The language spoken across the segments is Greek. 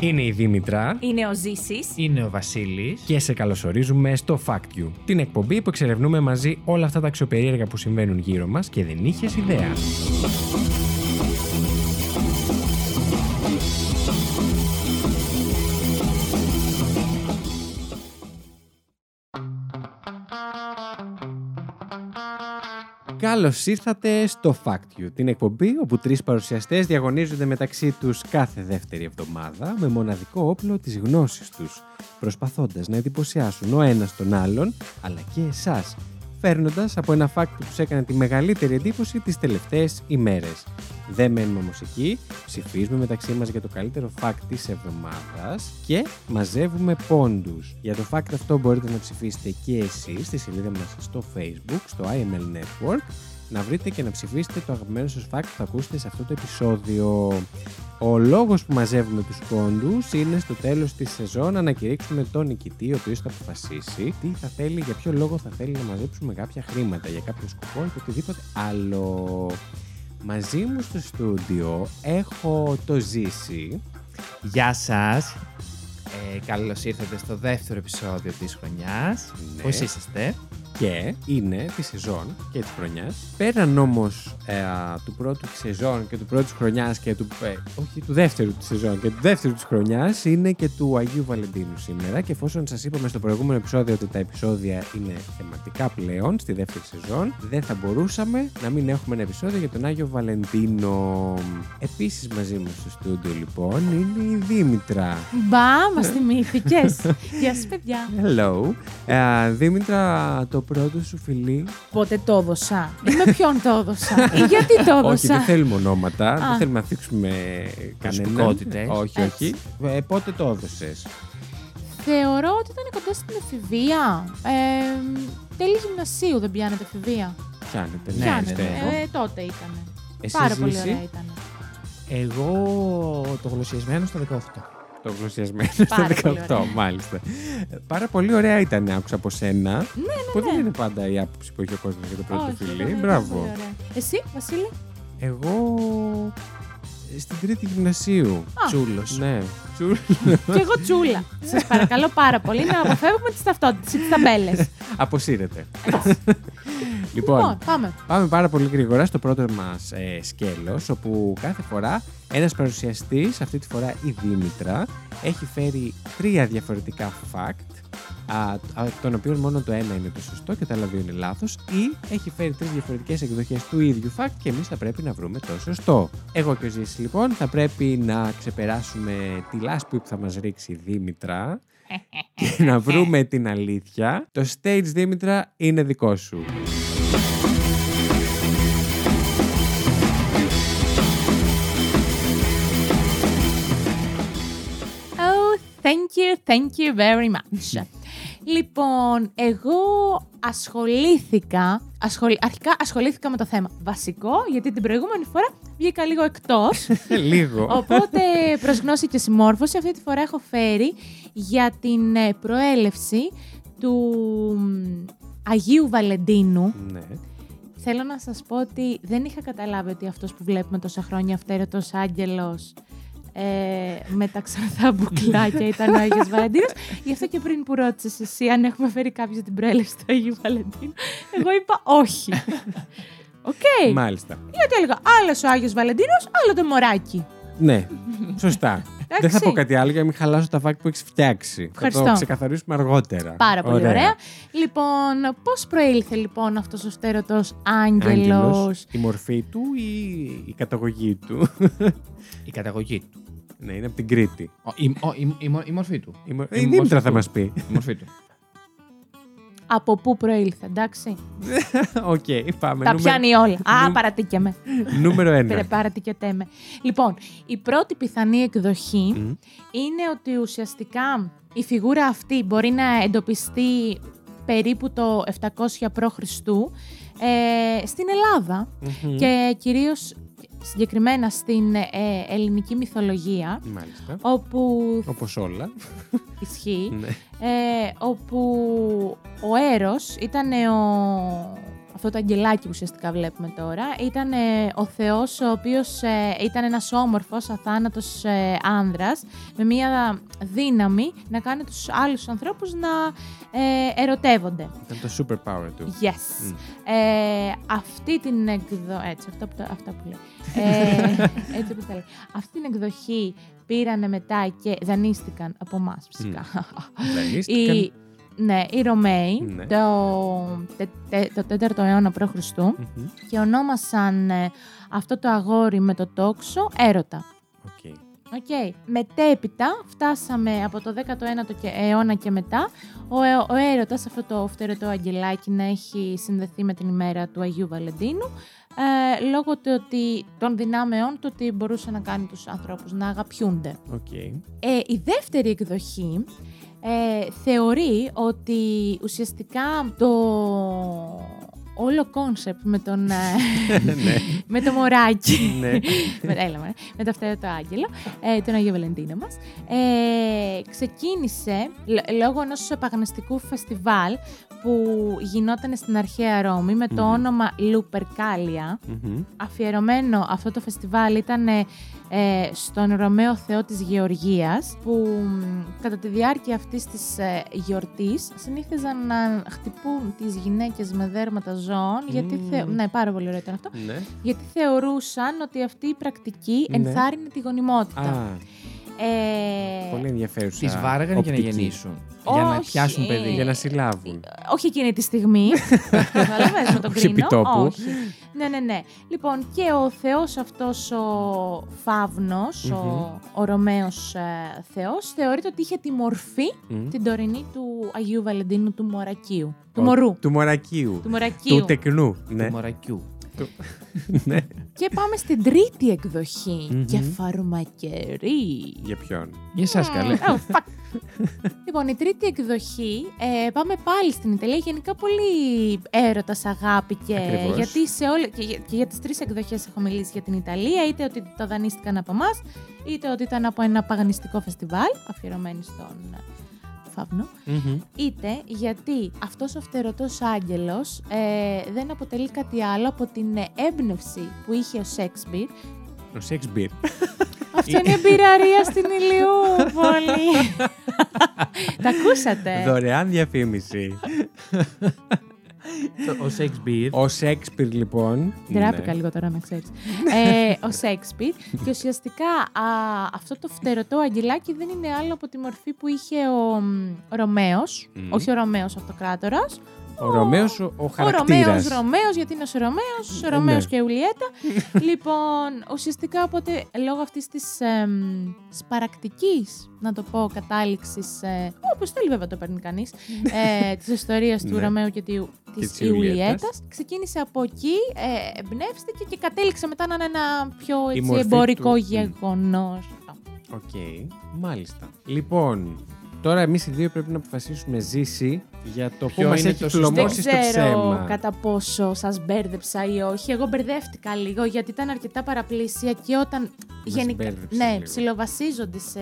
Είναι η Δήμητρα Είναι ο Ζήσης. Είναι ο Βασίλης. και σε καλωσορίζουμε στο Fact You, την εκπομπή που εξερευνούμε μαζί όλα αυτά τα αξιοπερίεργα που συμβαίνουν γύρω μας και δεν είχες ιδέα. Καλώς ήρθατε στο Fact You, την εκπομπή όπου τρεις παρουσιαστές διαγωνίζονται μεταξύ τους κάθε δεύτερη εβδομάδα με μοναδικό όπλο της γνώσης τους, προσπαθώντας να εντυπωσιάσουν ο ένας τον άλλον αλλά και εσάς, φέρνοντας από ένα fact που τους έκανε τη μεγαλύτερη εντύπωση τις τελευταίες ημέρες. Δεν μένουμε όμως εκεί, ψηφίζουμε μεταξύ μας για το καλύτερο fact της εβδομάδας και μαζεύουμε πόντους. Για το fact αυτό μπορείτε να ψηφίσετε και εσείς στη σελίδα μας στο Facebook, στο IML Network, να βρείτε και να ψηφίσετε το αγαπημένο σας fact που θα ακούσετε σε αυτό το επεισόδιο. Ο λόγος που μαζεύουμε τους πόντους είναι στο τέλος της σεζόν να ανακηρύξουμε τον νικητή ο οποίος θα αποφασίσει τι θα θέλει, για ποιο λόγο θα θέλει να μαζέψουμε κάποια χρήματα, για κάποιο σκοπό ή οτιδήποτε άλλο. Μαζί μου στο στούντιο έχω το ζήσει. Γεια σας. Ε, Καλώς ήρθατε στο δεύτερο επεισόδιο της χρονιάς. Ναι. Πώς είσαστε, και είναι τη σεζόν και της χρονιάς. Πέραν όμως του πρώτου της σεζόν και του πρώτου χρονιάς και του. ε, όχι, του δεύτερου της σεζόν και του δεύτερου της χρονιάς είναι και του Αγίου Βαλεντίνου σήμερα. Και εφόσον σας είπαμε στο προηγούμενο επεισόδιο ότι τα επεισόδια είναι θεματικά πλέον στη δεύτερη σεζόν, δεν θα μπορούσαμε να μην έχουμε ένα επεισόδιο για τον Άγιο Βαλεντίνο. Επίσης μαζί μου στο στούντιο λοιπόν είναι η Δήμητρα. Μπα, μας θυμήθηκες. Γεια σας, παιδιά. Hello. Ε, Δήμητρα, το πρώτο σου φιλί Πότε το έδωσα. Ή με ποιον το έδωσα. Ή γιατί το Όχι, δεν έδωσα. θέλουμε ονόματα. Δεν Α. θέλουμε να θίξουμε κανέναν. Προσωπικότητες. Όχι, όχι. Ε, πότε το έδωσες. Θεωρώ ότι ήταν κοντά στην εφηβεία. Ε, τέλη γυμνασίου δεν πιάνεται εφηβεία. Πιάνετε, Ναι, πιάνεται. πιστεύω. Ε, τότε ήταν. Εσύ Πάρα πολύ Ζήση, ωραία ήταν. Εγώ το γλωσσιασμένο στο 18. Το γλωσσιασμένο στο Πάρα πολύ 18, ωραία. μάλιστα. Ε, Πάρα πολύ ωραία ήταν, άκουσα από σένα. που δεν ναι. είναι πάντα η άποψη που έχει ο κόσμος για το πρώτο Όχι, φιλί. ήταν πολύ Μπράβο. ωραία. Εσύ, Βασίλη. Εγώ. ε, Στην τρίτη γυμνασίου. Τσούλος. Ναι. Τσου- και εγώ τσούλα. Σας παρακαλώ πάρα πολύ να αποφεύγουμε τις ταυτότητες, τις ταμπέλες. Αποσύρεται. Λοιπόν, πάμε. Πάμε πάρα πολύ γρήγορα στο πρώτο μας ε, σκέλος, όπου κάθε φορά ένας παρουσιαστής, αυτή τη φορά η Δήμητρα, έχει φέρει τρία διαφορετικά fact, α, τ- α, των οποίων μόνο το ένα είναι το σωστό και τα άλλα δύο είναι λάθος, ή έχει φέρει τρεις διαφορετικές εκδοχές του ίδιου fact και εμείς θα πρέπει να βρούμε το σωστό. Εγώ και ο Ζήσης, λοιπόν, θα πρέπει να ξεπεράσουμε τη λάσπη που θα μας ρίξει η Δήμητρα και να βρούμε την αλήθεια. Το stage, Δήμητρα, είναι δικό σου. Oh, thank you, thank you very much. λοιπόν, εγώ ασχολήθηκα, ασχολη, αρχικά ασχολήθηκα με το θέμα. Βασικό, γιατί την προηγούμενη φορά βγήκα λίγο εκτός. Λίγο. Οπότε, προς γνώση και συμμόρφωση, αυτή τη φορά έχω φέρει για την ε, προέλευση του μ, Αγίου Βαλεντίνου. Ναι. Θέλω να σας πω ότι δεν είχα καταλάβει ότι αυτός που βλέπουμε τόσα χρόνια, αυτέρωτος άγγελος, ε, με τα ξανθά μπουκλάκια ήταν ο Άγιος Βαλεντίνος. Γι' αυτό και πριν που ρώτησες εσύ αν έχουμε φέρει κάποιο την προέλευση του Αγίου Βαλεντίνου, εγώ είπα όχι. Οκ. Μάλιστα. Γιατί έλεγα άλλος ο Άγιος Βαλεντίνος, άλλο το μωράκι. Ναι, σωστά. Δεν θα Εντάξει. πω κάτι άλλο για να μην χαλάσω τα φάκ που έχεις φτιάξει. Θα το Ευχαριστώ. ξεκαθαρίσουμε αργότερα. Πάρα πολύ ωραία. Λοιπόν, πώς προήλθε λοιπόν αυτός ο στέρωτος άγγελος. Άγγελος, η μορφή του ή η καταγωγή του. Η καταγωγή του. ναι, είναι από την Κρήτη. Ο, η, ο, η, η, μο- η μορφή του. Η, μο- Η η μορφή Δήμητρα θα του. μας πει. Η μορφή του. Από πού προήλθε, εντάξει. Οκ, πάμε. Τα νούμερο- πιάνει όλα. Α, νούμε- παρατήκε με. Νούμερο ένα. Πρεπάρατε και τέμε. Λοιπόν, η πρώτη πιθανή εκδοχή Μμ. είναι ότι ουσιαστικά η φιγούρα αυτή μπορεί να εντοπιστεί περίπου το 700 π.Χ. Ε, στην Ελλάδα Μμμ. και κυρίως συγκεκριμένα στην ε, ελληνική μυθολογία Μάλιστα. όπου Όπως όλα. ισχύει, Ναι. ε, όπου ο Έρος ήταν ο αυτό το αγγελάκι που ουσιαστικά βλέπουμε τώρα, ήταν ε, ο Θεός ο οποίος ε, ήταν ένας όμορφος, αθάνατος ε, άνδρας, με μια δύναμη να κάνει τους άλλους ανθρώπους να ε, ερωτεύονται. Ήταν το super power του. Yes. Μμ. Ε, αυτή την εκδοχή. Έτσι, αυτά που, τα- αυτά που λέω. Ε, έτσι όπως τα λέω. Αυτή την εκδοχή πήρανε μετά και δανείστηκαν από εμά φυσικά. Δανείστηκαν. Οι, ναι, οι Ρωμαίοι Ναι. το, τε, τε- το 4ο αιώνα π.Χ. Μμμ. και ονόμασαν ε, αυτό το αγόρι με το τόξο έρωτα. Οκ. Οκ. Μετέπειτα φτάσαμε από το 19ο και- αιώνα και μετά ο, ε- ο έρωτας, αυτό το φτερωτό αγγελάκι να έχει συνδεθεί με την ημέρα του Αγίου Βαλεντίνου ε, λόγω του ότι, των δυνάμεών του ότι μπορούσε να κάνει τους ανθρώπους να αγαπιούνται. Οκ. Ε, η δεύτερη εκδοχή ε, θεωρεί ότι ουσιαστικά το όλο κόνσεπτ με τον... ε, Ναι. με το μωράκι. Ναι. με, έλα, μωρέ. με το φταίω το άγγελο, ε, τον Αγίο Βαλεντίνο μας. Ε, ξεκίνησε λ- λόγω ενός επαγνιστικού φεστιβάλ που γινόταν στην αρχαία Ρώμη με το Μμμ. όνομα Λουπερκάλια. Μμμ. Αφιερωμένο αυτό το φεστιβάλ ήταν ε, ε, στον Ρωμαίο Θεό της Γεωργίας που μ, κατά τη διάρκεια αυτής της ε, γιορτής συνήθιζαν να χτυπούν τις γυναίκες με δέρματα ζώων γιατί Μμμ. θε... Ναι, πάρα πολύ ωραίο ήταν αυτό Ναι. γιατί θεωρούσαν ότι αυτή η πρακτική Ναι. ενθάρρυνε τη γονιμότητα. Α, Ε, πολύ ενδιαφέρουσα. Τις βάραγαν για να οπτική. γεννήσουν. Για να Όχι. πιάσουν παιδί. Για να συλλάβουν. Ε, όχι εκείνη τη στιγμή. Καταλαβαίνεις με τον Όχι επί κρίνο. τόπου. Όχι. Ναι, ναι, ναι. Λοιπόν, και ο Θεός αυτός ο φαυνος ο, ο Ρωμαίος ε, Θεός, θεωρείται ότι είχε τη μορφή Μμ. την τωρινή του Αγίου Βαλεντίνου του Μωρακίου. Ο- Του Μωρού. Του μορακίου. Του Μωρακίου. Του τεκνού. Ναι. Του μωρακιού. Ναι. Και πάμε στην τρίτη εκδοχή. Μμμ. Και φαρμακερή. Για ποιον. Για σας καλέ. Mm, oh, fuck. λοιπόν, η τρίτη εκδοχή, ε, πάμε πάλι στην Ιταλία. Γενικά πολύ έρωτας, αγάπη και. Ακριβώς. Γιατί σε όλε. Και, για- και για τις τρεις εκδοχές έχω μιλήσει για την Ιταλία, είτε ότι το δανείστηκαν από εμάς, είτε ότι ήταν από ένα παγανιστικό φεστιβάλ αφιερωμένο στον ε, Φαύνο. Μμμ. Είτε γιατί αυτός ο φτερωτός άγγελος ε, δεν αποτελεί κάτι άλλο από την ε, έμπνευση που είχε ο Σέξπιρ. Ο Σέξμπιρ. Αυτή είναι η πυραρία στην Ηλιούπολη. Τα ακούσατε. Δωρεάν διαφήμιση. Το- Ο Σέξπιρ. Ο Σέξπιρ, λοιπόν. Ντράπηκα Ναι. λίγο τώρα να ξέρεις. Ε, ο Σέξπιρ και ουσιαστικά α, αυτό το φτερωτό αγγελάκι δεν είναι άλλο από τη μορφή που είχε ο μ, Ρωμαίος, Μμμ. όχι ο Ρωμαίος αυτοκράτορας, Ο Ρωμαίος, ο- ο Ο Ρωμαίος χαρακτήρας. Ρωμαίος, γιατί είναι ο Ρωμαίος, Ναι. ο Ρωμαίος και η Ουλιέτα. λοιπόν, ουσιαστικά οπότε λόγω αυτής της σπαρακτικής, να το πω, κατάληξης. Ε, Όπως θέλει βέβαια το παίρνει κανείς. Ε, της ιστορίας του Ναι. Ρωμαίου και της της Ιουλιέτας. Ιουλιέτας. Ξεκίνησε από εκεί, ε, εμπνεύστηκε και κατέληξε μετά να είναι ένα πιο έτσι, μορφή εμπορικό του- γεγονός. Οκ, μάλιστα. Λοιπόν, τώρα εμείς οι δύο πρέπει να αποφασίσουμε ζήσει για το Ποιο ποιο μας είναι έχει το Δεν πλωμώσει στο ξέρω ψέμα. κατά πόσο σας μπέρδεψα ή όχι. Εγώ μπερδεύτηκα λίγο γιατί ήταν αρκετά παραπλήσια και όταν. μπέρδεψε Ναι, λίγο. ψιλοβασίζονται σε.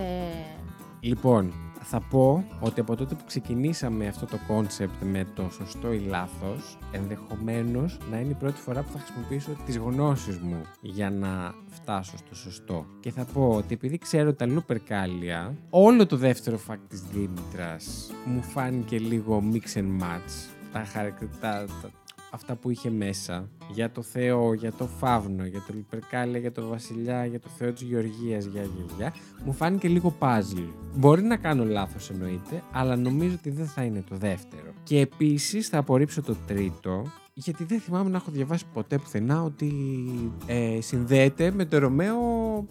Λοιπόν, θα πω ότι από τότε που ξεκινήσαμε αυτό το κόνσεπτ με το σωστό ή λάθος, ενδεχομένως να είναι η πρώτη φορά που θα χρησιμοποιήσω τις γνώσεις μου για να φτάσω στο σωστό. Και θα πω ότι επειδή ξέρω τα λουπερκάλια, όλο το δεύτερο φακ της Δήμητρας μου φάνηκε λίγο mix and match. Τα χαρακτηριστικά. Αυτά που είχε μέσα για το Θεό, για το Φαύνο, για το Λιπερκάλια, για το Βασιλιά, για το Θεό της Γεωργίας, για, για, για μου φάνηκε λίγο puzzle. Μπορεί να κάνω λάθος εννοείται, αλλά νομίζω ότι δεν θα είναι το δεύτερο. Και επίσης θα απορρίψω το τρίτο, γιατί δεν θυμάμαι να έχω διαβάσει ποτέ πουθενά ότι ε, συνδέεται με το Ρωμαίο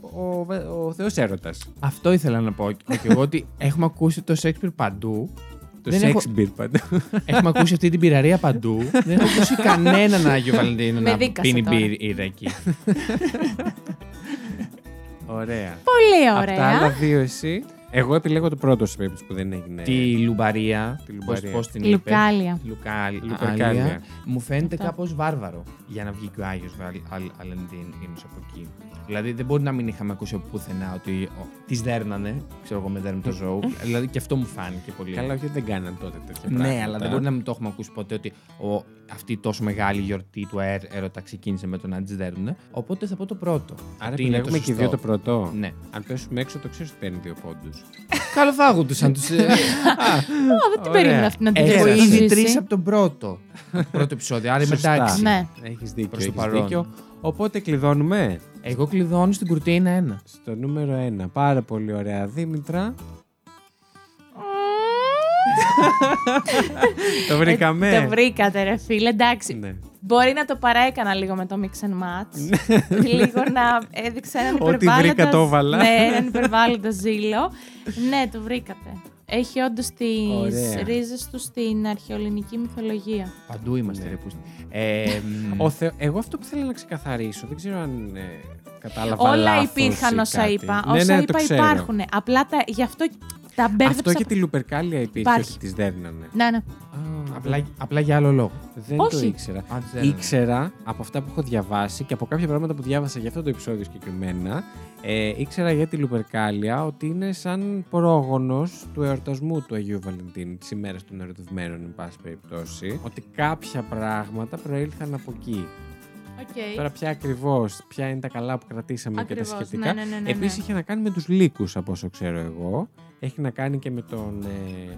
ο, ο, ο Θεός Έρωτας. Αυτό ήθελα να πω και εγώ ότι έχουμε ακούσει το Σέξπιρ παντού. Το Δεν έχω- Shakespeare πάντα. Έχουμε ακούσει αυτή την πυραρία παντού. Δεν έχω ακούσει κανέναν Άγιο Βαλεντίνο Με να δίκασε πίνει τώρα. Ναι. μπύρα εκεί. Ωραία. Πολύ Απ' τα άλλα ωραία. δύο εσύ. Εγώ επιλέγω το πρώτο σε περίπτωση που δεν έγινε. Τη λουμπαρία. Τη λουμπαρία. Πώς την είπε. Λουκάλια. Λουκάλ, Λουκάλια. Λουκάλια. Μου φαίνεται Αυτό. κάπως βάρβαρο για να βγει και ο Άγιος Βαλεντίνο από εκεί. Δηλαδή δεν μπορεί να μην είχαμε ακούσει από πουθενά ότι τις δέρνανε, ξέρω εγώ με δέρνει το ζώο. δηλαδή και αυτό μου φάνηκε πολύ. Καλά, όχι, δεν κάνανε τότε τέτοια ναι, πράγματα. αλλά δεν μπορεί να μην το έχουμε ακούσει ποτέ ότι ο αυτή η τόσο μεγάλη γιορτή του αέρ, έρωτα ξεκίνησε με το να τι δέρνουν. Οπότε θα πω το πρώτο. Άρα Αυτό είναι επιλέγουμε και οι σωστό. δύο το πρώτο. Ναι. Αν πέσουμε έξω, το ξέρεις ότι παίρνει δύο πόντους. Καλό φάγου του, αν του. Α, δεν την περίμενα αυτή να την ε. Έχω ήδη αντιμετωπίσει. τρεις από τον πρώτο. πρώτο επεισόδιο. Άρα είμαι Σωστά. εντάξει. Ναι. Έχεις δίκιο. Προς το Έχεις παρόν. δίκιο. Οπότε κλειδώνουμε Εγώ κλειδώνω στην κουρτίνα ένα. στο νούμερο 1. Πάρα πολύ ωραία, Δήμητρα. το βρήκαμε. Ε, Το βρήκατε, ρε φίλε. Εντάξει. Ναι. Μπορεί να το παραέκανα λίγο με το mix and match. λίγο να έδειξα έναν Ναι. Ό,τι βρήκα υπερβάλλοντα- το έβαλα. Ναι, έναν υπερβάλλοντας ζήλο. ναι, το βρήκατε. Έχει όντως τις Ωραία. ρίζες του στην αρχαιοελληνική μυθολογία. Παντού είμαστε, Ναι. ρε πούστη. Ε, μ, Ο Θεο- Εγώ αυτό που θέλω να ξεκαθαρίσω, δεν ξέρω αν ε, κατάλαβα Όλα λάθος υπήρχαν ή όσα κάτι. είπα. Ναι, όσα ναι, το είπα ξέρω. υπάρχουν. Απλά τα, γι' αυτό τα μπέρδεψα. Αυτό και τη Λουπερκάλια υπήρχε, Υπάρχει. όχι τις δέρνανε. Ναι, ναι. απλά, απλά για άλλο λόγο. δεν το Όχι. ήξερα. Αν δεν- Ήξερα από αυτά που έχω διαβάσει και από κάποια πράγματα που διάβασα για αυτό το επεισόδιο συγκεκριμένα, ε, ήξερα για τη Λουπερκάλια ότι είναι σαν πρόγονος του εορτασμού του Αγίου Βαλεντίνου, της ημέρας των ερωτευμένων, εν πάση περιπτώσει, ότι κάποια πράγματα προήλθαν από εκεί. Okay. Τώρα ποια ακριβώς, ποια είναι τα καλά που κρατήσαμε και τα σχετικά. ναι, ναι, ναι, ναι. Επίσης είχε να κάνει με τους λύκους από όσο ξέρω εγώ. Έχει να κάνει και με τον... ε,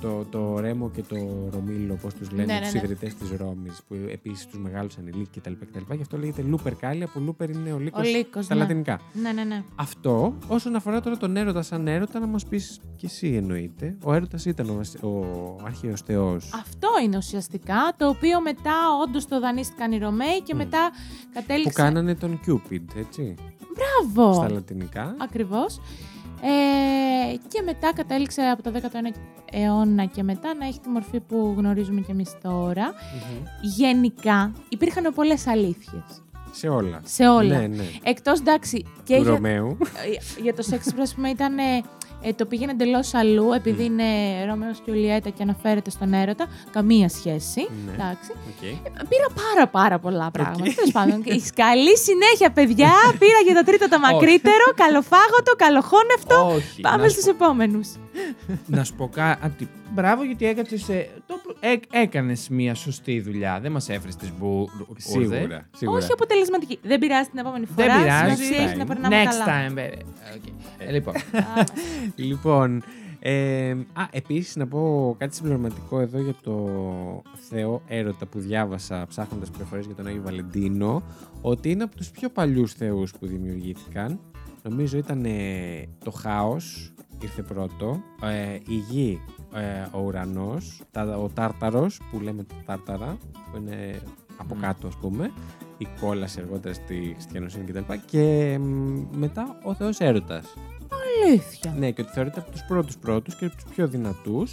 το, το Ρέμο και το Ρομίλο, όπω τους λένε, Ναι, ναι, τους ναι. ιδρυτές της Ρώμης, που επίσης τους μεγάλωσαν οι λύκοι κτλ. κτλ. Γι' αυτό λέγεται Λούπερ Κάλια, που Λούπερ είναι ο λύκος, Ο λύκος, στα ναι. λατινικά. ναι, ναι, ναι. Αυτό, όσον αφορά τώρα τον έρωτα σαν έρωτα, να μας πεις κι εσύ εννοείται. Ο έρωτας ήταν ο, βασι- ο αρχαίος θεός. Αυτό είναι ουσιαστικά το οποίο μετά όντως το δανείστηκαν οι Ρωμαίοι και Μμ. μετά που κατέληξε. κάνανε τον Κιούπιντ, έτσι, Μπράβο! στα λατινικά. Ακριβώς. Ε, και μετά κατέληξε από το 19ο αιώνα και μετά να έχει τη μορφή που γνωρίζουμε και εμείς τώρα. Μμμ. Γενικά υπήρχαν πολλές αλήθειες Σε όλα. σε όλα. Ναι, ναι. Εκτός εντάξει και Του για, Ρωμαίου. ε, για το σεξ που πούμε ήταν. ε, ε, το πήγαινε εντελώς αλλού, επειδή Μμ. είναι Ρώμαιο και Ιουλιέτα και αναφέρεται στον έρωτα. Καμία σχέση. Ναι. Εντάξει. Ε, Οκ. Πήρα πάρα πάρα πολλά πράγματα. Τέλος πάντων, έχεις καλή συνέχεια, παιδιά. Πήρα για το τρίτο το μακρύτερο. καλοφάγωτο, καλοχώνευτο. Όχι. Πάμε να στους επόμενους. να σου πω κάτι. Μπράβο γιατί ε, έκατσε. Έκανες μια σωστή δουλειά. Δεν μας έφερες τις μπουρδες. Σίγουρα. σίγουρα. Όχι αποτελεσματική. Δεν πειράζει την επόμενη φορά. Δεν πειράζει. Σημασία έχει να περνάμε Next καλά. time, baby. Okay. Ε, Λοιπόν, Α, Λοιπόν, ε, α, επίσης να πω κάτι συμπληρωματικό εδώ για το θεό έρωτα που διάβασα ψάχνοντας πληροφορίες για τον Άγιο Βαλεντίνο ότι είναι από τους πιο παλιούς θεούς που δημιουργήθηκαν. Νομίζω ήταν ε, το χάος, ήρθε πρώτο, ε, η γη, ε, ο ουρανός, τα, ο τάρταρος που λέμε τα τάρταρα που είναι από Μμμ. κάτω ας πούμε η κόλαση αργότερα στη χριστιανοσύνη κτλ. Και μ, μετά ο Θεός έρωτας. Αλήθεια. Ναι, και ότι θεωρείται από τους πρώτους πρώτους και από τους πιο δυνατούς,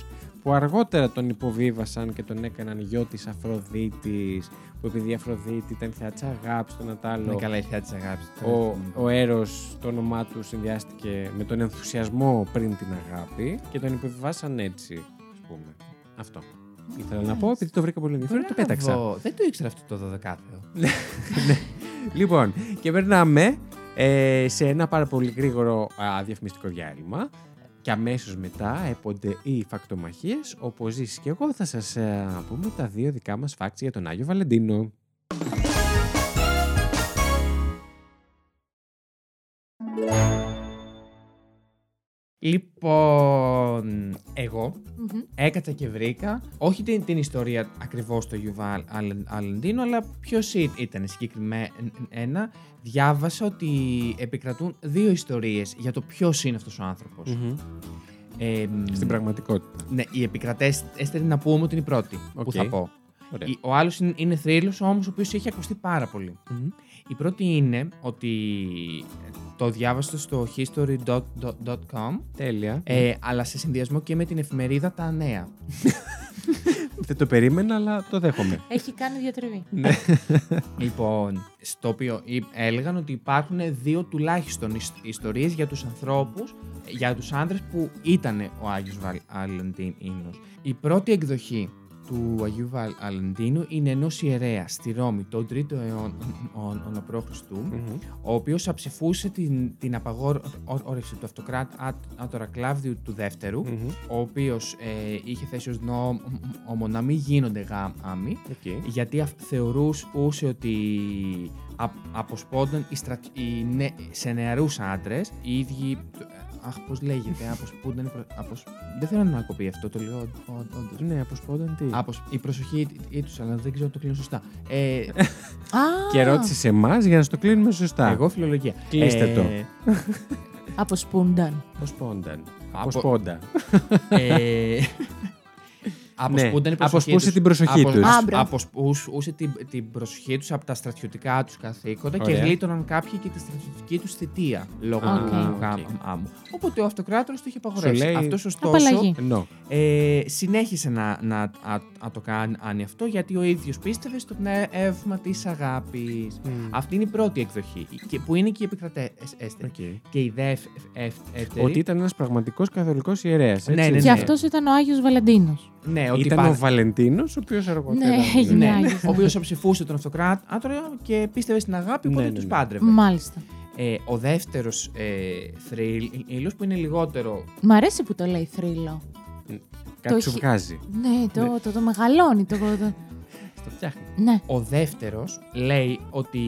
που αργότερα τον υποβίβασαν και τον έκαναν γιο της Αφροδίτης, που επειδή η Αφροδίτη ήταν θεά της αγάπης, τον είναι Ατάλο. Ναι, καλά ναι. η θεά της αγάπης. Ο, ο έρος, το όνομά του συνδυάστηκε με τον ενθουσιασμό πριν την αγάπη και τον υποβιβάσαν έτσι, ας πούμε. Αυτό. Ήθελα να πω, επειδή το βρήκα πολύ ενδιαφέρον, το πέταξα. Δεν το ήξερα αυτό το 12ο. Λοιπόν, και περνάμε ε, σε ένα πάρα πολύ γρήγορο α, διαφημιστικό διάλειμμα και αμέσως μετά έπονται οι φακτομαχίες, όπως ζήσεις και εγώ θα σας ε, πούμε τα δύο δικά μας facts για τον Άγιο Βαλεντίνο. Λοιπόν, εγώ Μμμ. έκατσα και βρήκα όχι την, την ιστορία ακριβώς του Γιουβάλ Αλεντίνο, αλλά ποιος ήταν συγκεκριμένα. Διάβασα ότι επικρατούν δύο ιστορίες για το ποιος είναι αυτός ο άνθρωπος. Στην πραγματικότητα. Ναι, οι επικρατές έστερη να πούμε ότι είναι η πρώτη που Οκ. θα πω. Ωραία. Η- Ο άλλος είναι, είναι θρύλος, όμως ο οποίος έχει ακουστεί πάρα πολύ. Μμμ. Η πρώτη είναι ότι το διάβασα στο history.com Τέλεια. ε, αλλά σε συνδυασμό και με την εφημερίδα Τα Νέα. Δεν το περίμενα, αλλά το δέχομαι. Έχει κάνει διατριβή. Λοιπόν, στο οποίο είπ- έλεγαν ότι υπάρχουν δύο τουλάχιστον ισ- ιστορίες για τους ανθρώπους, για τους άνδρες που ήταν ο Άγιος Βαλεντίνος. Η πρώτη εκδοχή του Αγίου Βαλ- Βαλεντίνου είναι ενός ιερέας στη Ρώμη τον 3ο αιώνα π.Χ. ο οποίος αψηφούσε την, την απαγόρευση του αυτοκράτη Άτορα Κλάβδιου του Δεύτερου, Μμμ. ο οποίος ε, είχε θέσει ως νόμο να μην γίνονται γάμοι, Οκ. γιατί αυ- θεωρούσε ότι α- αποσπώνταν οι στρα- οι νε- σε νεαρούς άντρες οι ίδιοι... Αχ, πώς λέγεται, αποσπούνταν... οι προ- αποσ- Δεν θέλω να κοπεί αυτό, το λέω ό- ό- όντως. Ναι, αποσπόταν τι. Αποσ- Η προσοχή ή τους, αλλά δεν ξέρω αν το κλείνω σωστά. Ε, Α, Και ρώτησες σε εμάς για να στο κλείνουμε σωστά. εγώ φιλολογία. Κλείστε το. Ε, Από σπούνταν. Ναι. Αποσπόνταν. Απο- Αποσπόντα. ε, Αποσπούνταν η προσοχή Ναι. αποσπούσε τους- την προσοχή απο- τους. Α, μπράβο. Αποσπούσε την, την προσοχή τους από τα στρατιωτικά τους καθήκοντα Ωραία. και γλίτωναν κάποιοι και τη στρατιωτική τους θητεία λόγω Α, του οκ. γάμου. Οπότε ο αυτοκράτορας το είχε Σου απαγορεύσει. λέει- Αυτός ωστόσο Απαλλαγή. Ενώ. ε, συνέχισε να, να, α- α- το κάνει αυτό γιατί ο ίδιος πίστευε στο πνεύμα της αγάπης. Αυτή είναι η πρώτη εκδοχή και- που είναι και η επικρατέστερη. Οκ. Και ε, η δεύτερη. Ότι ήταν ένας πραγματικός καθολικός ιερέας. Ναι, ναι, ναι. Και αυτός ήταν ο Άγιος Βαλεντίνος. ναι, ότι Ήταν ο πάνε- Βαλεντίνος, ο οποίος αργότερα. Ναι, έγινε Ναι. Ναι, Άγιος. ο οποίο ψηφούσε τον αυτοκράτορα και πίστευε στην αγάπη, οπότε Ναι, ναι, τους ναι. πάντρευε. Μάλιστα. Ε, ο δεύτερος ε, θρύλος που είναι λιγότερο. Μ' αρέσει που το λέει θρύλο. Κάτι Το σου έχει- βγάζει. Ναι, το, το, το, μεγαλώνει. Το, το- Στο φτιάχνει. ναι. Ο δεύτερος λέει ότι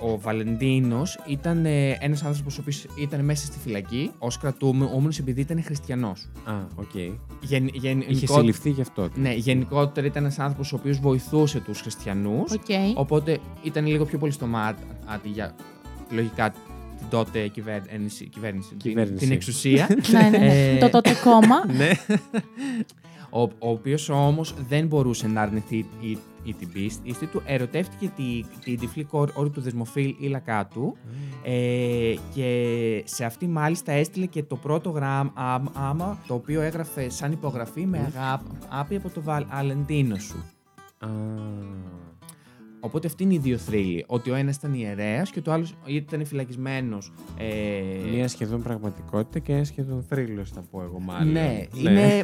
ο Βαλεντίνος ήταν ε, ένας άνθρωπος ο οποίος ήταν μέσα στη φυλακή ως κρατούμενος επειδή ήταν χριστιανός. Α, οκ. Γεν, γεν- Είχε γενικό- συλληφθεί γι' αυτό. Ναι, γενικότερα ήταν ένας άνθρωπος ο οποίος βοηθούσε τους χριστιανούς. Οκ. Οπότε ήταν λίγο πιο πολύ στο μάτι για λογικά την τότε κυβέρνηση, κυβέρνηση, Κυβέρνηση. Την, την εξουσία. Ναι, ναι, ναι. Ε, Ναι. Το τότε κόμμα. ο, ο οποίος όμως δεν μπορούσε να αρνηθεί η, η, την πίστη του, ερωτεύτηκε τη, την τυφλή κόρη του δεσμοφίλ Ήλακά του ε, και σε αυτή μάλιστα έστειλε και το πρώτο γράμμα άμα, το οποίο έγραφε σαν υπογραφή με αγάπη από το Βαλεντίνο σου. Α, Οπότε αυτή είναι οι δύο θρύλοι. Ότι ο ένας ήταν ιερέας και το άλλος ήταν φυλακισμένος. Ε, Μία σχεδόν πραγματικότητα και ένα σχεδόν θρύλος, θα πω εγώ μάλλον. Ναι, είναι.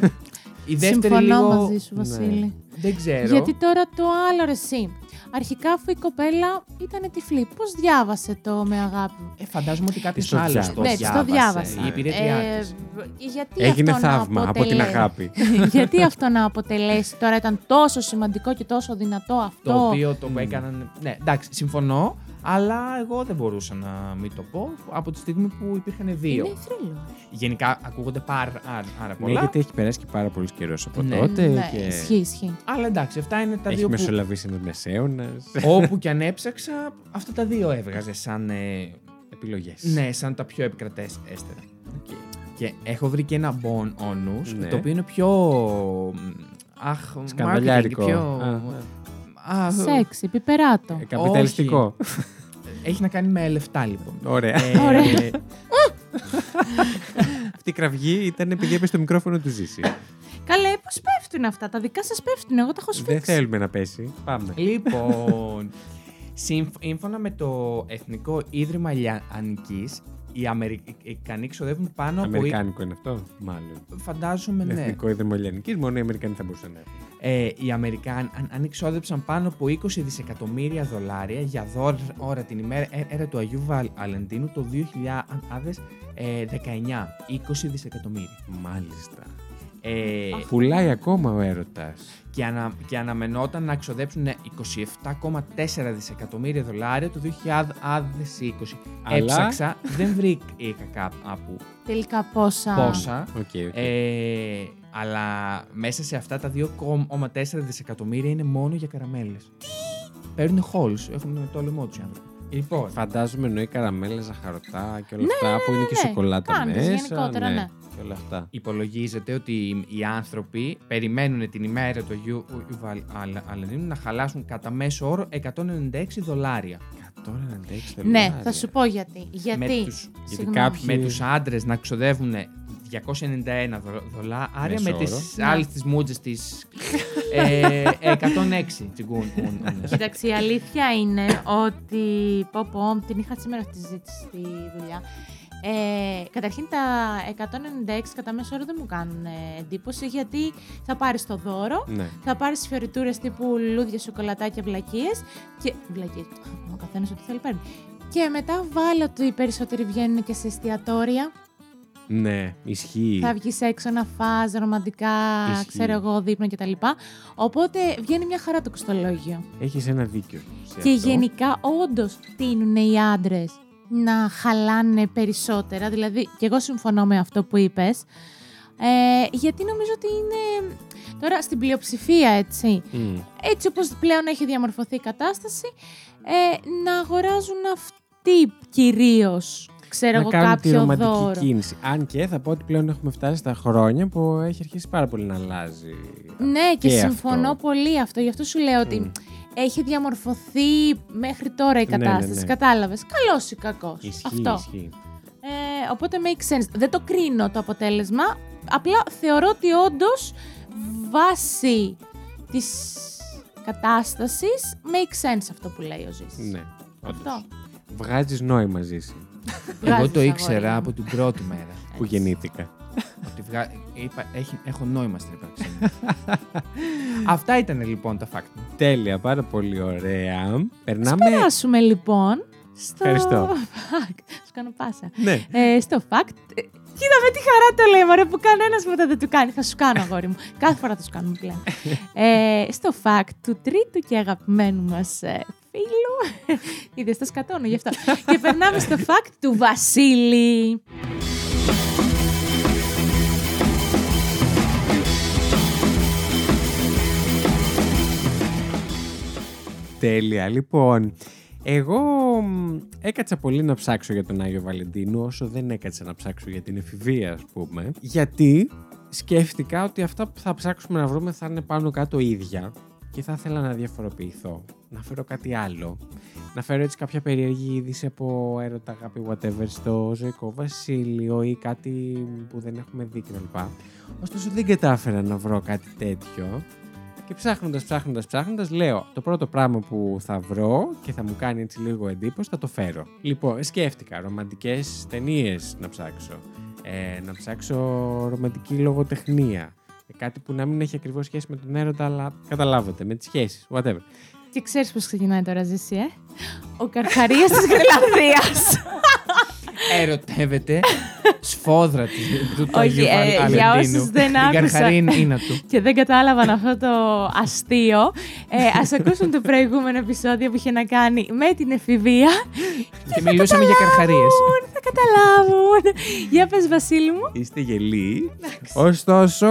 Η δεύτερη Συμφωνώ λίγο. μαζί σου, ναι. Βασίλη. Δεν ξέρω. Γιατί τώρα το άλλο ρε εσύ. Αρχικά αφού η κοπέλα ήταν τυφλή, πώς διάβασε το με αγάπη. Ε, φαντάζομαι ότι κάποιος Στο άλλος διάβασε. το ναι, της διάβασε. το διάβασα. Η υπηρέτειά Ε, της. γιατί Έγινε αυτό να θαύμα από την αποτελέ- αγάπη. γιατί αυτό να αποτελέσει τώρα ήταν τόσο σημαντικό και τόσο δυνατό αυτό. Το οποίο το έκαναν. Ναι, εντάξει, συμφωνώ. Αλλά εγώ δεν μπορούσα να μην το πω από τη στιγμή που υπήρχαν δύο. Είναι θρύλο. Γενικά ακούγονται πάρα, πάρα Ναι, πολλά. γιατί έχει περάσει και πάρα πολύ καιρό από Ναι. τότε. ναι, και ισχύει, ισχύει. Αλλά εντάξει, αυτά είναι τα Έχει δύο που. μεσολαβήσει ένας μεσαίωνας. Όπου και αν έψαξα, αυτά τα δύο έβγαζε σαν ε, Επιλογές. Ναι, σαν τα πιο επικρατές έστερα. Και έχω βρει και ένα bon onus, Ναι. το οποίο είναι πιο. μ, Αχ, Σκανδαλιάρικο. marketing, Πιο... Α, Α, Σεξ, πιπεράτο. Ε, Καπιταλιστικό. Έχει να κάνει με λεφτά, λοιπόν. Ωραία. Ε, Ωραία. Αυτή η κραυγή ήταν επειδή έπεσε το μικρόφωνο του Ζήση. Καλέ, πώς πέφτουν αυτά. Τα δικά σας πέφτουν. Εγώ τα έχω σφίξει. Δεν θέλουμε να πέσει. Πάμε. λοιπόν, σύμφ- σύμφωνα με το Εθνικό Ίδρυμα Λιανικής, οι Αμερικανοί ξοδεύουν πάνω από... Αμερικάνικο είναι αυτό, μάλλον. Φαντάζομαι, ναι. Εθνικό Ίδρυμα Ελληνική, μόνο οι Αμερικανοί θα μπορούσαν να έχουν. Ε, οι Αμερικάνοι αν, αν εξόδεψαν πάνω από 20 δισεκατομμύρια δολάρια για δώρα την ημέρα ε, έρα του Αγίου Βαλ- Βαλεντίνου το 2019. 20 ε, δισεκατομμύρια. Μάλιστα. Ε, Πουλάει ακόμα ο έρωτας. και, ανα, και αναμενόταν να ε, ξοδέψουν 27,4 δισεκατομμύρια δολάρια το 2020. Αλλά- Έψαξα, δεν βρήκα κάπου Τελικά πόσα. πόσα. Οκ, οκ. Ε, αλλά μέσα σε αυτά τα 2,4 δισεκατομμύρια είναι μόνο για καραμέλες. Παίρνουν halls, έχουν το λαιμό τους οι άνθρωποι. Λοιπόν, Φαντάζομαι εννοεί καραμέλα, ζαχαρωτά και όλα αυτά που είναι και ναι, σοκολάτα κάνεις μέσα. γενικότερα, ναι. Και όλα αυτά. υπολογίζεται ότι οι άνθρωποι περιμένουν την ημέρα του Αγίου Βαλεντίνου να χαλάσουν κατά μέσο όρο 196 δολάρια. Τώρα να αντέξει το Ναι, λουλάδι. θα σου πω γιατί. Με Γιατί. τους, Γιατί Συγγνώμη. κάποιοι. με τους άντρες να ξοδεύουν 291 δολ- δολάρια Μέσο με τις άλλες τις μούτζες τις ε, 106 τσιγκούν. Κοίταξε, η αλήθεια είναι ότι. Πω, πω, την είχα σήμερα αυτή τη συζήτηση στη δουλειά. Ε, καταρχήν τα 196 κατά μέσο όρο δεν μου κάνουν ε, εντύπωση γιατί θα πάρεις το δώρο, Ναι. θα πάρεις φιωριτούρες τύπου λουλούδια, σοκολατάκια, βλακίες και... Βλακίες, ο καθένας ό,τι θέλει παίρνει. Και μετά βάλω ότι οι περισσότεροι βγαίνουν και σε εστιατόρια. Ναι, ισχύει. Θα βγεις έξω να φας ρομαντικά, Ισχύει. ξέρω εγώ, δείπνο κτλ. Οπότε βγαίνει μια χαρά το κοστολόγιο. Έχεις ένα δίκιο. σε Και αυτό. γενικά, όντως, τείνουν οι άντρες να χαλάνε περισσότερα. Δηλαδή, και εγώ συμφωνώ με αυτό που είπες. Ε, γιατί νομίζω ότι είναι. Τώρα στην πλειοψηφία, έτσι. Μμ. Έτσι όπως πλέον έχει διαμορφωθεί η κατάσταση, ε, να αγοράζουν αυτοί κυρίως, ξέρω να εγώ, κάνουν τη κάποιο ρομαντική δώρο. κίνηση. Αν και θα πω ότι πλέον έχουμε φτάσει στα χρόνια που έχει αρχίσει πάρα πολύ να αλλάζει. Ναι, και, Και συμφωνώ αυτό. πολύ αυτό. Γι' αυτό σου λέω ότι Μμ. έχει διαμορφωθεί μέχρι τώρα η Ναι, ναι, κατάσταση. ναι. Κατάλαβες. Καλός ή κακός. Ισχύει, αυτό. ισχύει. Ε, οπότε make sense. Δεν το κρίνω το αποτέλεσμα. Απλά θεωρώ ότι όντως βάσει της κατάστασης make sense αυτό που λέει ο Ζήσης. Ναι, όντως. Αυτό. Βγάζεις νόημα ζήσει Εγώ Βγάζεις, το ήξερα αγόρι από μου. την πρώτη μέρα. που γεννήθηκα. ότι βγα... είπα, έχει... έχω νόημα στην ύπαρξή μου. Αυτά ήταν λοιπόν τα fact. μου. Τέλεια, πάρα πολύ ωραία. Ας Περνάμε. περάσουμε λοιπόν στο Ναι. Ευχαριστώ. fact. Σου κάνω πάσα. Ναι. Ε, στο fact. ε, Κοίτα με τι χαρά το λέει, μωρέ, που κανένα μετά δεν του κάνει. Θα σου κάνω, αγόρι μου. Κάθε φορά θα σου κάνουμε πλέον. ε, στο fact του τρίτου και αγαπημένου μας φίλου. Είδες, τα σκατώνω γι' αυτό. και περνάμε στο fact του Βασίλη. Τέλεια, λοιπόν. Εγώ μ, έκατσα πολύ να ψάξω για τον Άγιο Βαλεντίνο, όσο δεν έκατσα να ψάξω για την εφηβεία, ας πούμε. Γιατί σκέφτηκα ότι αυτά που θα ψάξουμε να βρούμε θα είναι πάνω κάτω ίδια και θα ήθελα να διαφοροποιηθώ, να φέρω κάτι άλλο. Να φέρω έτσι κάποια περίεργη είδηση από έρωτα, αγάπη, whatever, στο ζωικό βασίλειο ή κάτι που δεν έχουμε δει κτλ. Ωστόσο δεν κατάφερα να βρω κάτι τέτοιο. Και ψάχνοντας, ψάχνοντας, ψάχνοντας, λέω το πρώτο πράγμα που θα βρω και θα μου κάνει έτσι λίγο εντύπωση, θα το φέρω. Λοιπόν, σκέφτηκα ρομαντικές ταινίες να ψάξω. Ε, να ψάξω ρομαντική λογοτεχνία. Ε, κάτι που να μην έχει ακριβώς σχέση με τον έρωτα, αλλά καταλάβατε, με τις σχέσεις, whatever. Και ξέρεις πώς ξεκινάει τώρα, Ζήση, ε. Ο Καρχαρίας της Γρυλανδία. Ερωτεύεται σφόδρα του- του του Όχι, Αγίου ε, Βαλεντίνου. για όσους δεν Την άκουσαν. Καρχαρίν είναι του. και δεν κατάλαβαν αυτό το αστείο, ε, ας ακούσουν το προηγούμενο επεισόδιο που είχε να κάνει με την εφηβεία. Και μιλούσαμε για καρχαρίες. θα καταλάβουν. Για πες Βασίλη μου. Είστε γελοί. Ωστόσο,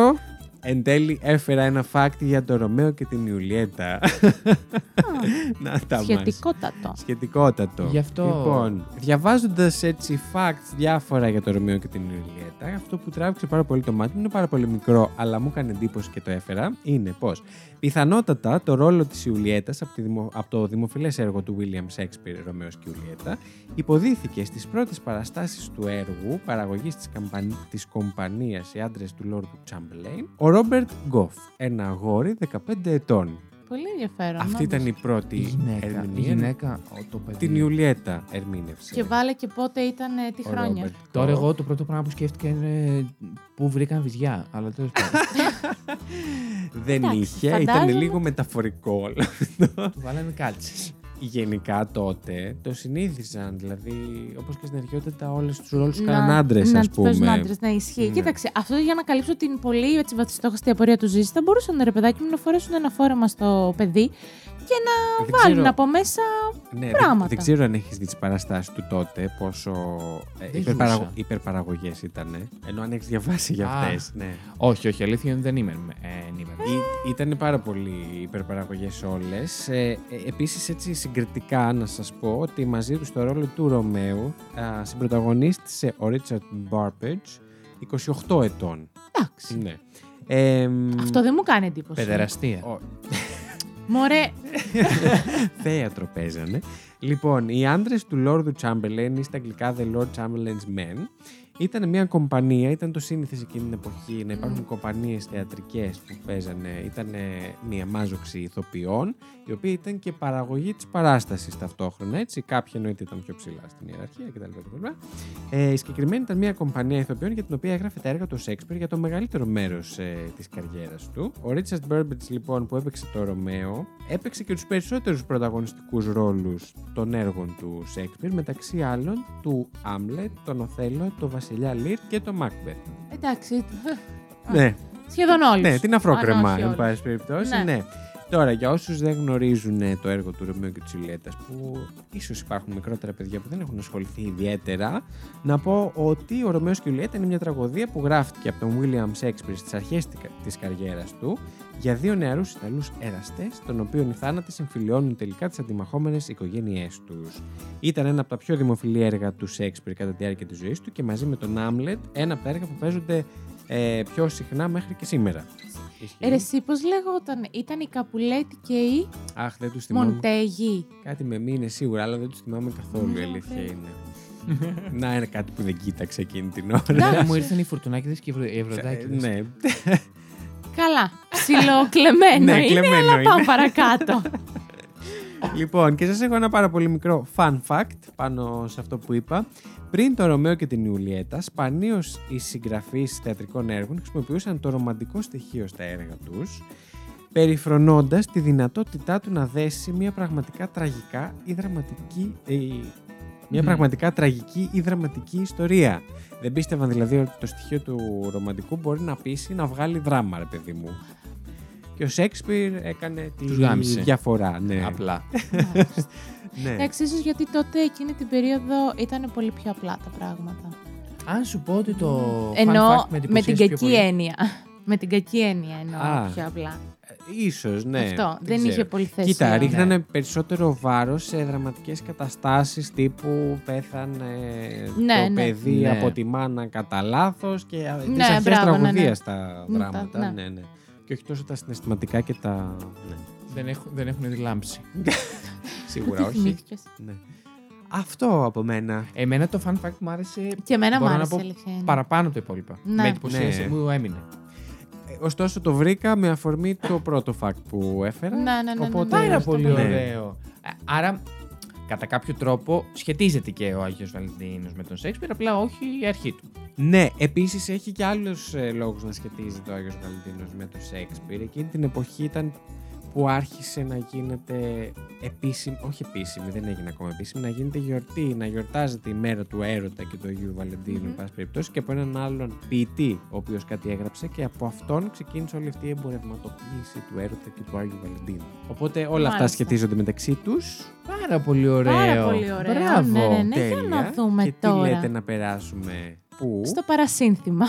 εν τέλει έφερα ένα φάκτη για τον Ρωμαίο και την Ιουλιέτα. να τα μας. Σχετικότατο. Σχετικότατο. Γι' αυτό- Λοιπόν, διαβάζοντας έτσι facts διάφορα για το Ρωμαίο και την Ιουλιέτα, αυτό που τράβηξε πάρα πολύ το μάτι μου είναι πάρα πολύ μικρό, αλλά μου έκανε εντύπωση και το έφερα. Είναι πως πιθανότατα το ρόλο της Ιουλιέτας από, τη δημο- από το δημοφιλές έργο του William Shakespeare Ρωμαίος και Ιουλιέτα υποδίθηκε στις πρώτες παραστάσεις του έργου παραγωγής της καμπαν... της κομπανίας Οι άντρες του Λόρδου Chamberlain, ο Ρόμπερτ Γκοφ, ένα αγόρι 15 ετών. Πολύ ενδιαφέρον. Αυτή όντως. ήταν η πρώτη Η γυναίκα, η ερμηνεία. ναι. γυναίκα, ο- το παιδί. Την Ιουλιέτα ερμήνευσε. Και βάλε και πότε ήταν, ε, τι ο χρόνια. Ρόμπερτ Κοφ. Τώρα εγώ το πρώτο πράγμα που σκέφτηκα είναι πού βρήκαν βυζιά. Αλλά τέλος πάντων. Δεν Εντάξει, είχε, ήταν φαντάζομαι λίγο μεταφορικό όλο αυτό. Του βάλανε κάλτσες. Γενικά τότε το συνήθιζαν, δηλαδή όπως και στην αρχαιότητα όλες τους ρόλους τους Να- κάναν άντρες να ας τους παίζουν πούμε. άντρες, ναι, ισχύει. Ναι. Κοίταξε, αυτό για να καλύψω την πολύ έτσι, βαθιστόχαστη απορία του Ζήση, θα μπορούσαν ρε παιδάκι μου να φορέσουν ένα φόρεμα στο παιδί και να Δεν βάλουν ξέρω. από μέσα. Ναι, δεν- πράγματα. Δεν ξέρω αν έχεις δει τις παραστάσεις του τότε, πόσο ε, Δεν υπερπαραγω- ζούσα. υπερπαραγωγές ήταν. Ενώ αν έχεις διαβάσει για Α. αυτές, ναι. Όχι, όχι, αλήθεια είναι δεν είμαι ε, ενήμερος. Ήταν πάρα πολύ υπερπαραγωγές όλες. Ε, ε, επίσης έτσι συγκριτικά να σας πω ότι μαζί τους στο ρόλο του Ρωμαίου α, συμπροταγωνίστησε ο Ρίτσαρτ Μπάρπιτζ 28 ετών. Εντάξει. Ναι. Ε, μ, Αυτό δεν μου κάνει εντύπωση. Παιδεραστία. ο- Μωρέ, θέατρο παίζανε. Λοιπόν, οι άντρες του Λόρδου Chamberlain ή στα αγγλικά The Lord Chamberlain's Men Ήταν μια κομπανία, ήταν το σύνηθες εκείνη την εποχή να υπάρχουν κομπανίες θεατρικές που παίζανε. Ήταν μια μάζοξη ηθοποιών, οι οποίοι ήταν και παραγωγή της παράστασης ταυτόχρονα. Έτσι, κάποιοι εννοείται ήταν πιο ψηλά στην ιεραρχία κτλ. κτλ. Ε, η συγκεκριμένη ήταν μια κομπανία ηθοποιών για την οποία έγραφε τα έργα του Σέξπιρ για το μεγαλύτερο μέρος ε, της καριέρας του. Ο Ρίτσαρντ Μπέρμπιτ, λοιπόν, που έπαιξε το Ρωμαίο, έπαιξε και τους περισσότερους πρωταγωνιστικούς ρόλους των έργων του Σέξπιρ, μεταξύ άλλων του Άμλετ, τον Οθέλο, τον Βασιλιά Λίρ και τον Μάκμπερ. Εντάξει. Α, Ναι, Σχεδόν όλους. ναι, την αφρόκρεμα, Αν όχι εν όλους. πάση περιπτώσει. Ναι. Ναι. Τώρα, για όσους δεν γνωρίζουν ε, το έργο του Ρωμαίου και της Ιουλέτα, που ίσως υπάρχουν μικρότερα παιδιά που δεν έχουν ασχοληθεί ιδιαίτερα, να πω ότι ο Ρωμαίο και η Ιουλέτα είναι μια τραγωδία που γράφτηκε από τον William Shakespeare στις αρχές της καριέρας του για δύο νεαρούς Ιταλούς έραστες, των οποίων οι θάνατοι συμφιλιώνουν τελικά τις αντιμαχόμενες οικογένειές τους. Ήταν ένα από τα πιο δημοφιλή έργα του Σέξπιρ κατά τη διάρκεια της ζωής του και μαζί με τον Άμλετ, ένα από τα έργα που παίζονται ε, πιο συχνά μέχρι και σήμερα. Ισχύει. Ε, Ρε, εσύ πώς λέγονταν, ήταν η Καπουλέτη και η Αχ, δεν τους θυμάμαι. Μοντέγη. Κάτι με μείνε σίγουρα, αλλά δεν τους θυμάμαι καθόλου. Η Ναι, αλήθεια ναι. είναι. Να είναι κάτι που δεν κοίταξε εκείνη την ώρα. Εντάξει. Μου ήρθαν οι φουρτουνάκιδε και οι ευρω- οι Ε, ευρωτάκιδε. ναι, Καλά. Ψιλοκλεμμένο Ναι, είναι, κλεμμένο αλλά πάμε είναι. παρακάτω. Λοιπόν, και σας έχω ένα πάρα πολύ μικρό fun fact πάνω σε αυτό που είπα. Πριν το Ρωμαίο και την Ιουλιέτα, σπανίως οι συγγραφείς θεατρικών έργων χρησιμοποιούσαν το ρομαντικό στοιχείο στα έργα τους, περιφρονώντας τη δυνατότητά του να δέσει μια πραγματικά τραγικά ή δραματική. ε, μια Μμμ. πραγματικά τραγική ή δραματική ιστορία. Δεν πίστευαν δηλαδή ότι το στοιχείο του ρομαντικού μπορεί να πείσει να βγάλει δράμα, ρε παιδί μου. Και ο Σέξπιρ έκανε τη Τους γάμισε. διαφορά. Ναι. Απλά. Ναι. Εντάξει, ίσω Ε, γιατί τότε εκείνη την περίοδο ήταν πολύ πιο απλά τα πράγματα. Αν σου πω ότι το. fun fact Ενώ με με, εντυπωσίασε την πιο κακή πολύ- έννοια. με την κακή έννοια εννοώ Α, πιο απλά. Ίσως, ναι. Αυτό. Δεν, ξέρω. είχε πολύ θέση. Κοίτα, Ναι. ρίχνανε περισσότερο βάρος σε δραματικές καταστάσεις τύπου πέθανε Ναι, το ναι. παιδί Ναι. από τη μάνα κατά λάθος και α, τις Ναι, αρχές μπράβο, ναι, ναι. τραγωδία τα Ναι, τα- δράματα. ναι. ναι. ναι. Και όχι τόσο τα συναισθηματικά και τα. Ναι, Δεν έχουν, δεν έχουν λάμψει. σίγουρα Τι όχι. θυμήθηκες. ναι. Αυτό από μένα. Εμένα το fun fact μου άρεσε Και εμένα μου Μπορώ να άρεσε πω η αλήθεια είναι. παραπάνω από τα υπόλοιπα. Ναι. Με εντυπωσίασε, Ναι. μου έμεινε. Ε, Ωστόσο, το βρήκα με αφορμή το πρώτο fact που έφερα. Ναι, ναι, ναι, ναι, Οπότε- ναι, ναι, Πάρα αυτό πολύ Ναι. ωραίο. Ε, Άρα, κατά κάποιο τρόπο, σχετίζεται και ο Άγιος Βαλεντίνος με τον Σέξπιρ, απλά όχι η αρχή του. Ναι, επίσης έχει και άλλους λόγους να σχετίζει το Άγιος Βαλεντίνος με το Σέξπιρ. Εκείνη την εποχή ήταν που άρχισε να γίνεται επίσημη, όχι επίσημη, δεν έγινε ακόμα επίσημη, να γίνεται γιορτή, να γιορτάζεται η μέρα του έρωτα και του Αγίου Βαλεντίνου, Μμμ. εν πάση περιπτώσει, και από έναν άλλον ποιητή, ο οποίος κάτι έγραψε, και από αυτόν ξεκίνησε όλη αυτή η εμπορευματοποίηση του έρωτα και του Άγιου Βαλεντίνου. Οπότε όλα αυτά Μάλιστα. σχετίζονται μεταξύ τους. Πάρα πολύ ωραίο. Πάρα πολύ ωραίο. Μπράβο. Ναι, ναι, ναι. για να δούμε και τώρα. τι λέτε να περάσουμε. Πού? Στο παρασύνθημα.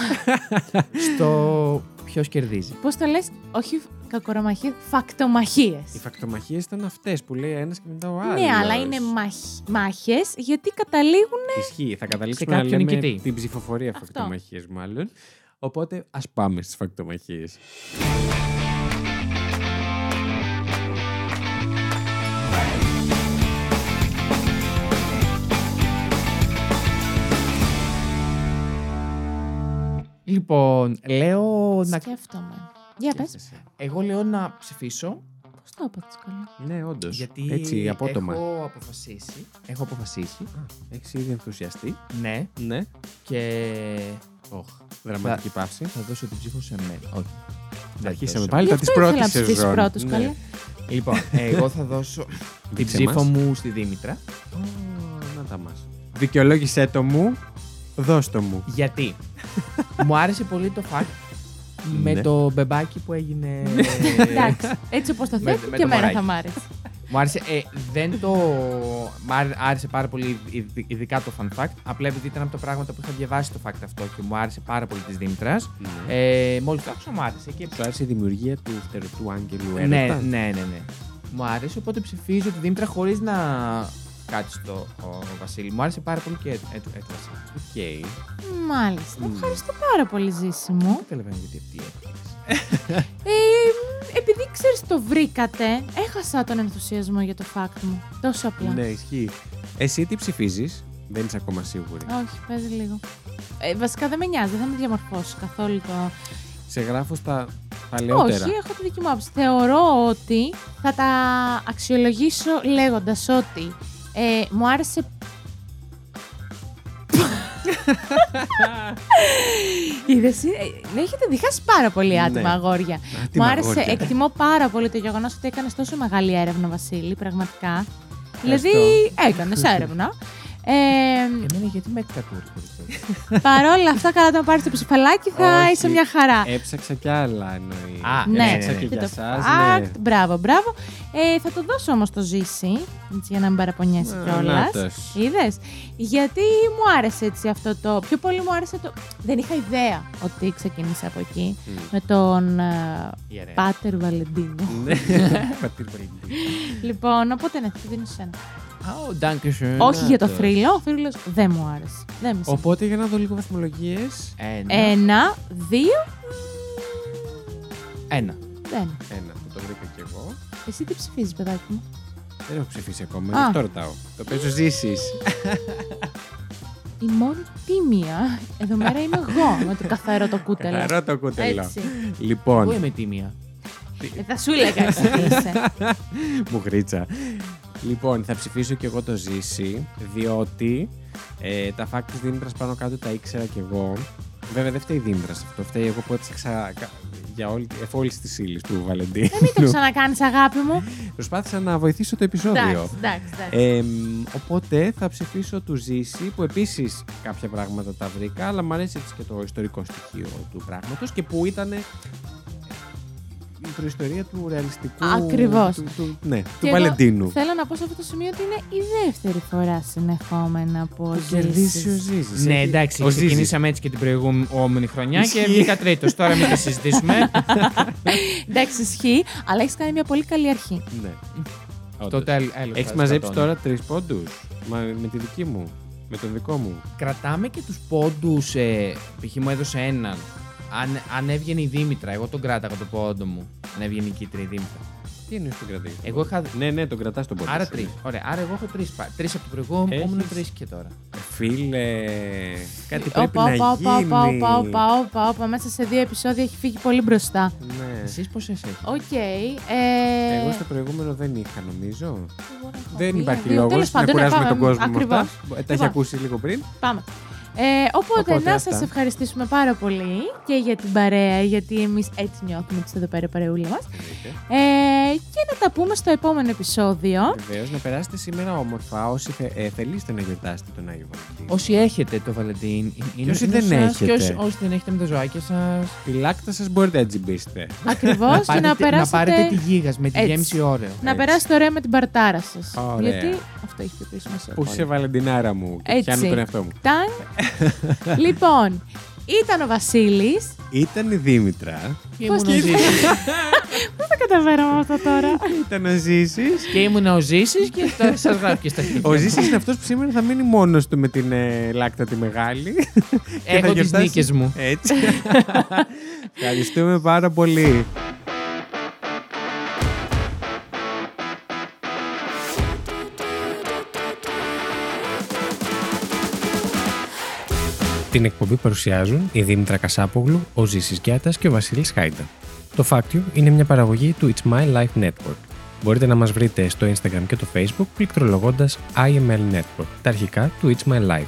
Στο ποιος κερδίζει. Πώς το λες, όχι κακορομαχίε, φακτομαχίες. Οι φακτομαχίες ήταν αυτές που λέει ένας και μετά ο άλλο. Ναι, αλλά είναι μάχες γιατί καταλήγουν. Ισχύει. Θα καταλήξουμε Σε να κάποιον λέμε νικητή. την ψηφοφορία Αυτό. φακτομαχίες, μάλλον. Οπότε ας πάμε στις φακτομαχίες. Λοιπόν, λέω να. Ναι, Σκέφτομαι. Για πες. Εγώ λέω να ψηφίσω. Πώς το είπα τη καλά. Ναι, όντως. Γιατί Έτσι, απότομα. Έχω... έχω αποφασίσει. Έχω αποφασίσει. Έχεις ήδη ενθουσιαστεί. Ναι. Ναι. Και. Οχ. Δραματική παύση. Θα δώσω την ψήφο σε μένα. Όχι. Δεν Αρχίσαμε δώσω. πάλι Γι' τα τη αυτό ήθελα πρώτη να ψηφίσει σεζόν. πρώτος, Ναι. καλέ. Λοιπόν, εγώ θα δώσω την Δείξε ψήφο μας. μου στη Δήμητρα. Ω, Να τα μας. Δικαιολόγησέ το μου. Δώσ' το μου. Γιατί μου άρεσε πολύ το φακ με Ναι. το μπεμπάκι που έγινε. Εντάξει. Έτσι όπως το Με- θέτει με και το εμένα μωράκι. θα μ' άρεσε. μου άρεσε. ε, δεν το. Μ' άρε- άρεσε πάρα πολύ, ειδι- ειδικά το fun fact. Απλά επειδή ήταν από τα πράγματα που είχα διαβάσει το fact αυτό και μου άρεσε πάρα πολύ της Δήμητρας. Ναι. Ε, Μόλις το άκουσα, μου άρεσε. Και... Σου άρεσε η δημιουργία του φτερωτού άγγελου Ναι, ναι, έρωτα. ναι, ναι. Μου άρεσε, οπότε ψηφίζω τη Δήμητρα χωρίς να κάτσει το ο Βασίλη. Μου άρεσε πάρα πολύ και ε, ε, του- ε, του Βασίλη. Οκ. Μάλιστα. Μμμ. Ευχαριστώ πάρα πολύ, ζήση μου. Δεν καταλαβαίνω γιατί αυτή η έκφραση. Ε, επειδή ξέρεις το βρήκατε, έχασα τον ενθουσιασμό για το fact μου. Τόσο απλά. Ναι, ισχύει. Εσύ τι ψηφίζεις, δεν είσαι ακόμα σίγουρη. Όχι, παίζει λίγο. Ε, βασικά δεν με νοιάζει, δεν θα με διαμορφώσει καθόλου το. Σε γράφω στα παλαιότερα. Όχι, έχω τη δική μου άποψη. Θεωρώ ότι θα τα αξιολογήσω λέγοντας ότι ε, μου άρεσε. Είδες, ε, ναι, έχετε διχάσει πάρα πολύ άτομα, Ναι. αγόρια. Α, τι Μου άρεσε, μαγόρια. εκτιμώ πάρα πολύ το γεγονός ότι έκανες τόσο μεγάλη έρευνα, Βασίλη, πραγματικά. Δηλαδή, έκανες έρευνα. Ε, Εμένα γιατί με εκκατούρεις περισσότερο. παρόλα αυτά, καλά να πάρεις το ψηφαλάκι, θα Όχι. είσαι μια χαρά. Έψαξα κι άλλα εννοεί. Α, ναι, έψαξα ναι, και ναι. Και για το σας, fact, ναι. Μπράβο, μπράβο. Ε, θα το δώσω όμως το ζήσει, έτσι, για να μην παραπονιέσαι Ε, κιόλα. νάτος. Είδες. Γιατί μου άρεσε έτσι αυτό το. Πιο πολύ μου άρεσε το. Δεν είχα ιδέα ότι ξεκίνησε από εκεί. Μμ. Με τον ε, Ιερέα. Πάτερ Βαλεντίνο. Ναι. Πατήρ Βαλεντίνο. λοιπόν, οπότε ναι, θα τη δίνω σε σένα. Α, ο Dankeschön. Όχι για το Νάτος. θρύλο. Ο θρύλος δεν μου άρεσε. Δεν με συμφέρει. Οπότε για να δω λίγο βαθμολογίες. Ένα. Ένα, δύο. Ένα. Δεν. Ένα, που το βρήκα κι εγώ. Εσύ τι ψηφίζεις, παιδάκι μου. Δεν έχω ψηφίσει ακόμα, Α. γι' αυτό ρωτάω. Το παίζω ζήσεις. Η μόνη τίμια. Εδώ μέρα είμαι εγώ με το καθαρό το κούτελο. Καθαρό το κούτελο. Έτσι. Εγώ Λοιπόν, είμαι τίμια. Ε, θα σου έλεγα εσύ τι είσαι. μου γρίτσα. Λοιπόν, θα ψηφίσω κι εγώ το ζήσει, διότι ε, τα φάκ της Δήμητρας πάνω κάτω τα ήξερα κι εγώ. Βέβαια, δεν φταίει η Δήμητρας σε αυτό. Φταίει εγώ που έψαξα κα- για όλη, εφ' όλης τη ύλη του Βαλεντίνου. Δεν μην το ξανακάνεις, αγάπη μου. Προσπάθησα να βοηθήσω το επεισόδιο. Εντάξει, εντάξει, εντάξει. Ε, μ, οπότε θα ψηφίσω του Ζήση που επίσης κάποια πράγματα τα βρήκα αλλά μου αρέσει έτσι και το ιστορικό στοιχείο του πράγματος και που ήταν η προϊστορία του ρεαλιστικού Ακριβώς. του, του, ναι, του Και εγώ Βαλεντίνου Θέλω να πω σε αυτό το σημείο ότι είναι η δεύτερη φορά συνεχόμενα που που κερδίσει ο ζήσεις. Ζήσης Ναι, Έχει- εντάξει, ο Ζήσης. ξεκινήσαμε έτσι και την προηγούμενη χρονιά και Ισχύει. βγήκα τρίτος. Τώρα μην το συζητήσουμε. Εντάξει, ισχύει, αλλά έχεις κάνει μια πολύ καλή αρχή. ναι. το τέλο. Έχεις μαζέψει τώρα τρεις πόντους Μα, με τη δική μου με τον δικό μου. Κρατάμε και τους πόντους. Ε, π.χ. μου έδωσε έναν. Αν, αν έβγαινε η Δήμητρα, εγώ τον κράταγα το πόντο μου. Αν έβγαινε η Κίτρη η Δήμητρα. Τι εννοείς τον κρατή. Εγώ είχα. Ναι, ναι, τον κρατάς τον πόντο. Άρα σου. τρει. Ωραία, άρα εγώ έχω τρεις. Τρεις από το προηγούμενο, Έχεις- ήμουν τρεις και τώρα. Φίλε, κάτι πρέπει Όπα, να όπα, όπα, γίνει. όπα, όπα, όπα, όπα, όπα. Μέσα σε δύο επεισόδια έχει φύγει πολύ μπροστά. Ναι. Εσείς πόσε έχετε. Οκ. ε, Εγώ στο προηγούμενο δεν είχα, νομίζω. εγώ έχω Δεν μία, υπάρχει δύο. λόγος Τέλος να πάντων, ναι, κουράζουμε πάμε. τον κόσμο με Ακριβώς. αυτά. Τα έχεις Λοιπόν. ακούσει λίγο πριν. Πάμε. Ε, οπότε, Οπότε να αυτά. σας ευχαριστήσουμε πάρα πολύ και για την παρέα, γιατί εμείς έτσι νιώθουμε τις εδώ πέρα παρεούλα μας. Ε, και να τα πούμε στο επόμενο επεισόδιο. Βεβαίως, να περάσετε σήμερα όμορφα όσοι θε, ε, θελήσετε να γιορτάσετε τον Άγιο Βαλεντίνο. Όσοι έχετε το Βαλεντίν. ε, είναι όσοι είναι δεν σας Και έχετε. όσοι, όσοι δεν έχετε με τα ζωάκια σα. Φυλάκτα σας μπορείτε να τζιμπήσετε. Ακριβώς, και να περάσετε... πάρετε τη γίγας με τη Έτσι. γέμιση ωραίο. να περάσετε ωραία με την παρτάρα σας. Ωραία. Γιατί αυτό έχει πιο πίσω μας. Πού σε Βαλεντινάρα μου και Έτσι. πιάνω τον εαυτό μου. Ταν. λοιπόν, ήταν ο Βασίλης. Ήταν η Δήμητρα. Και Πώς ήμουν τη- ο Ζήσης. Πώς τα καταφέραμε αυτό τώρα. Ήταν ο Ζήσης. και ήμουν ο Ζήσης και σα γράφει και στα χέρια. Ο Ζήσης είναι αυτός που σήμερα θα μείνει μόνος του με την ε, λάκτα τη μεγάλη. Και θα Έχω τις γιορτάσει- νίκες μου. Έτσι. Ευχαριστούμε πάρα πολύ. Την εκπομπή παρουσιάζουν η Δήμητρα Κασάπογλου, ο Ζήσης Γιάτας και ο Βασίλης Χάιντα. Το Factio είναι μια παραγωγή του It's My Life Network. Μπορείτε να μας βρείτε στο Instagram και το Facebook πληκτρολογώντας IML Network, τα αρχικά του It's My Life.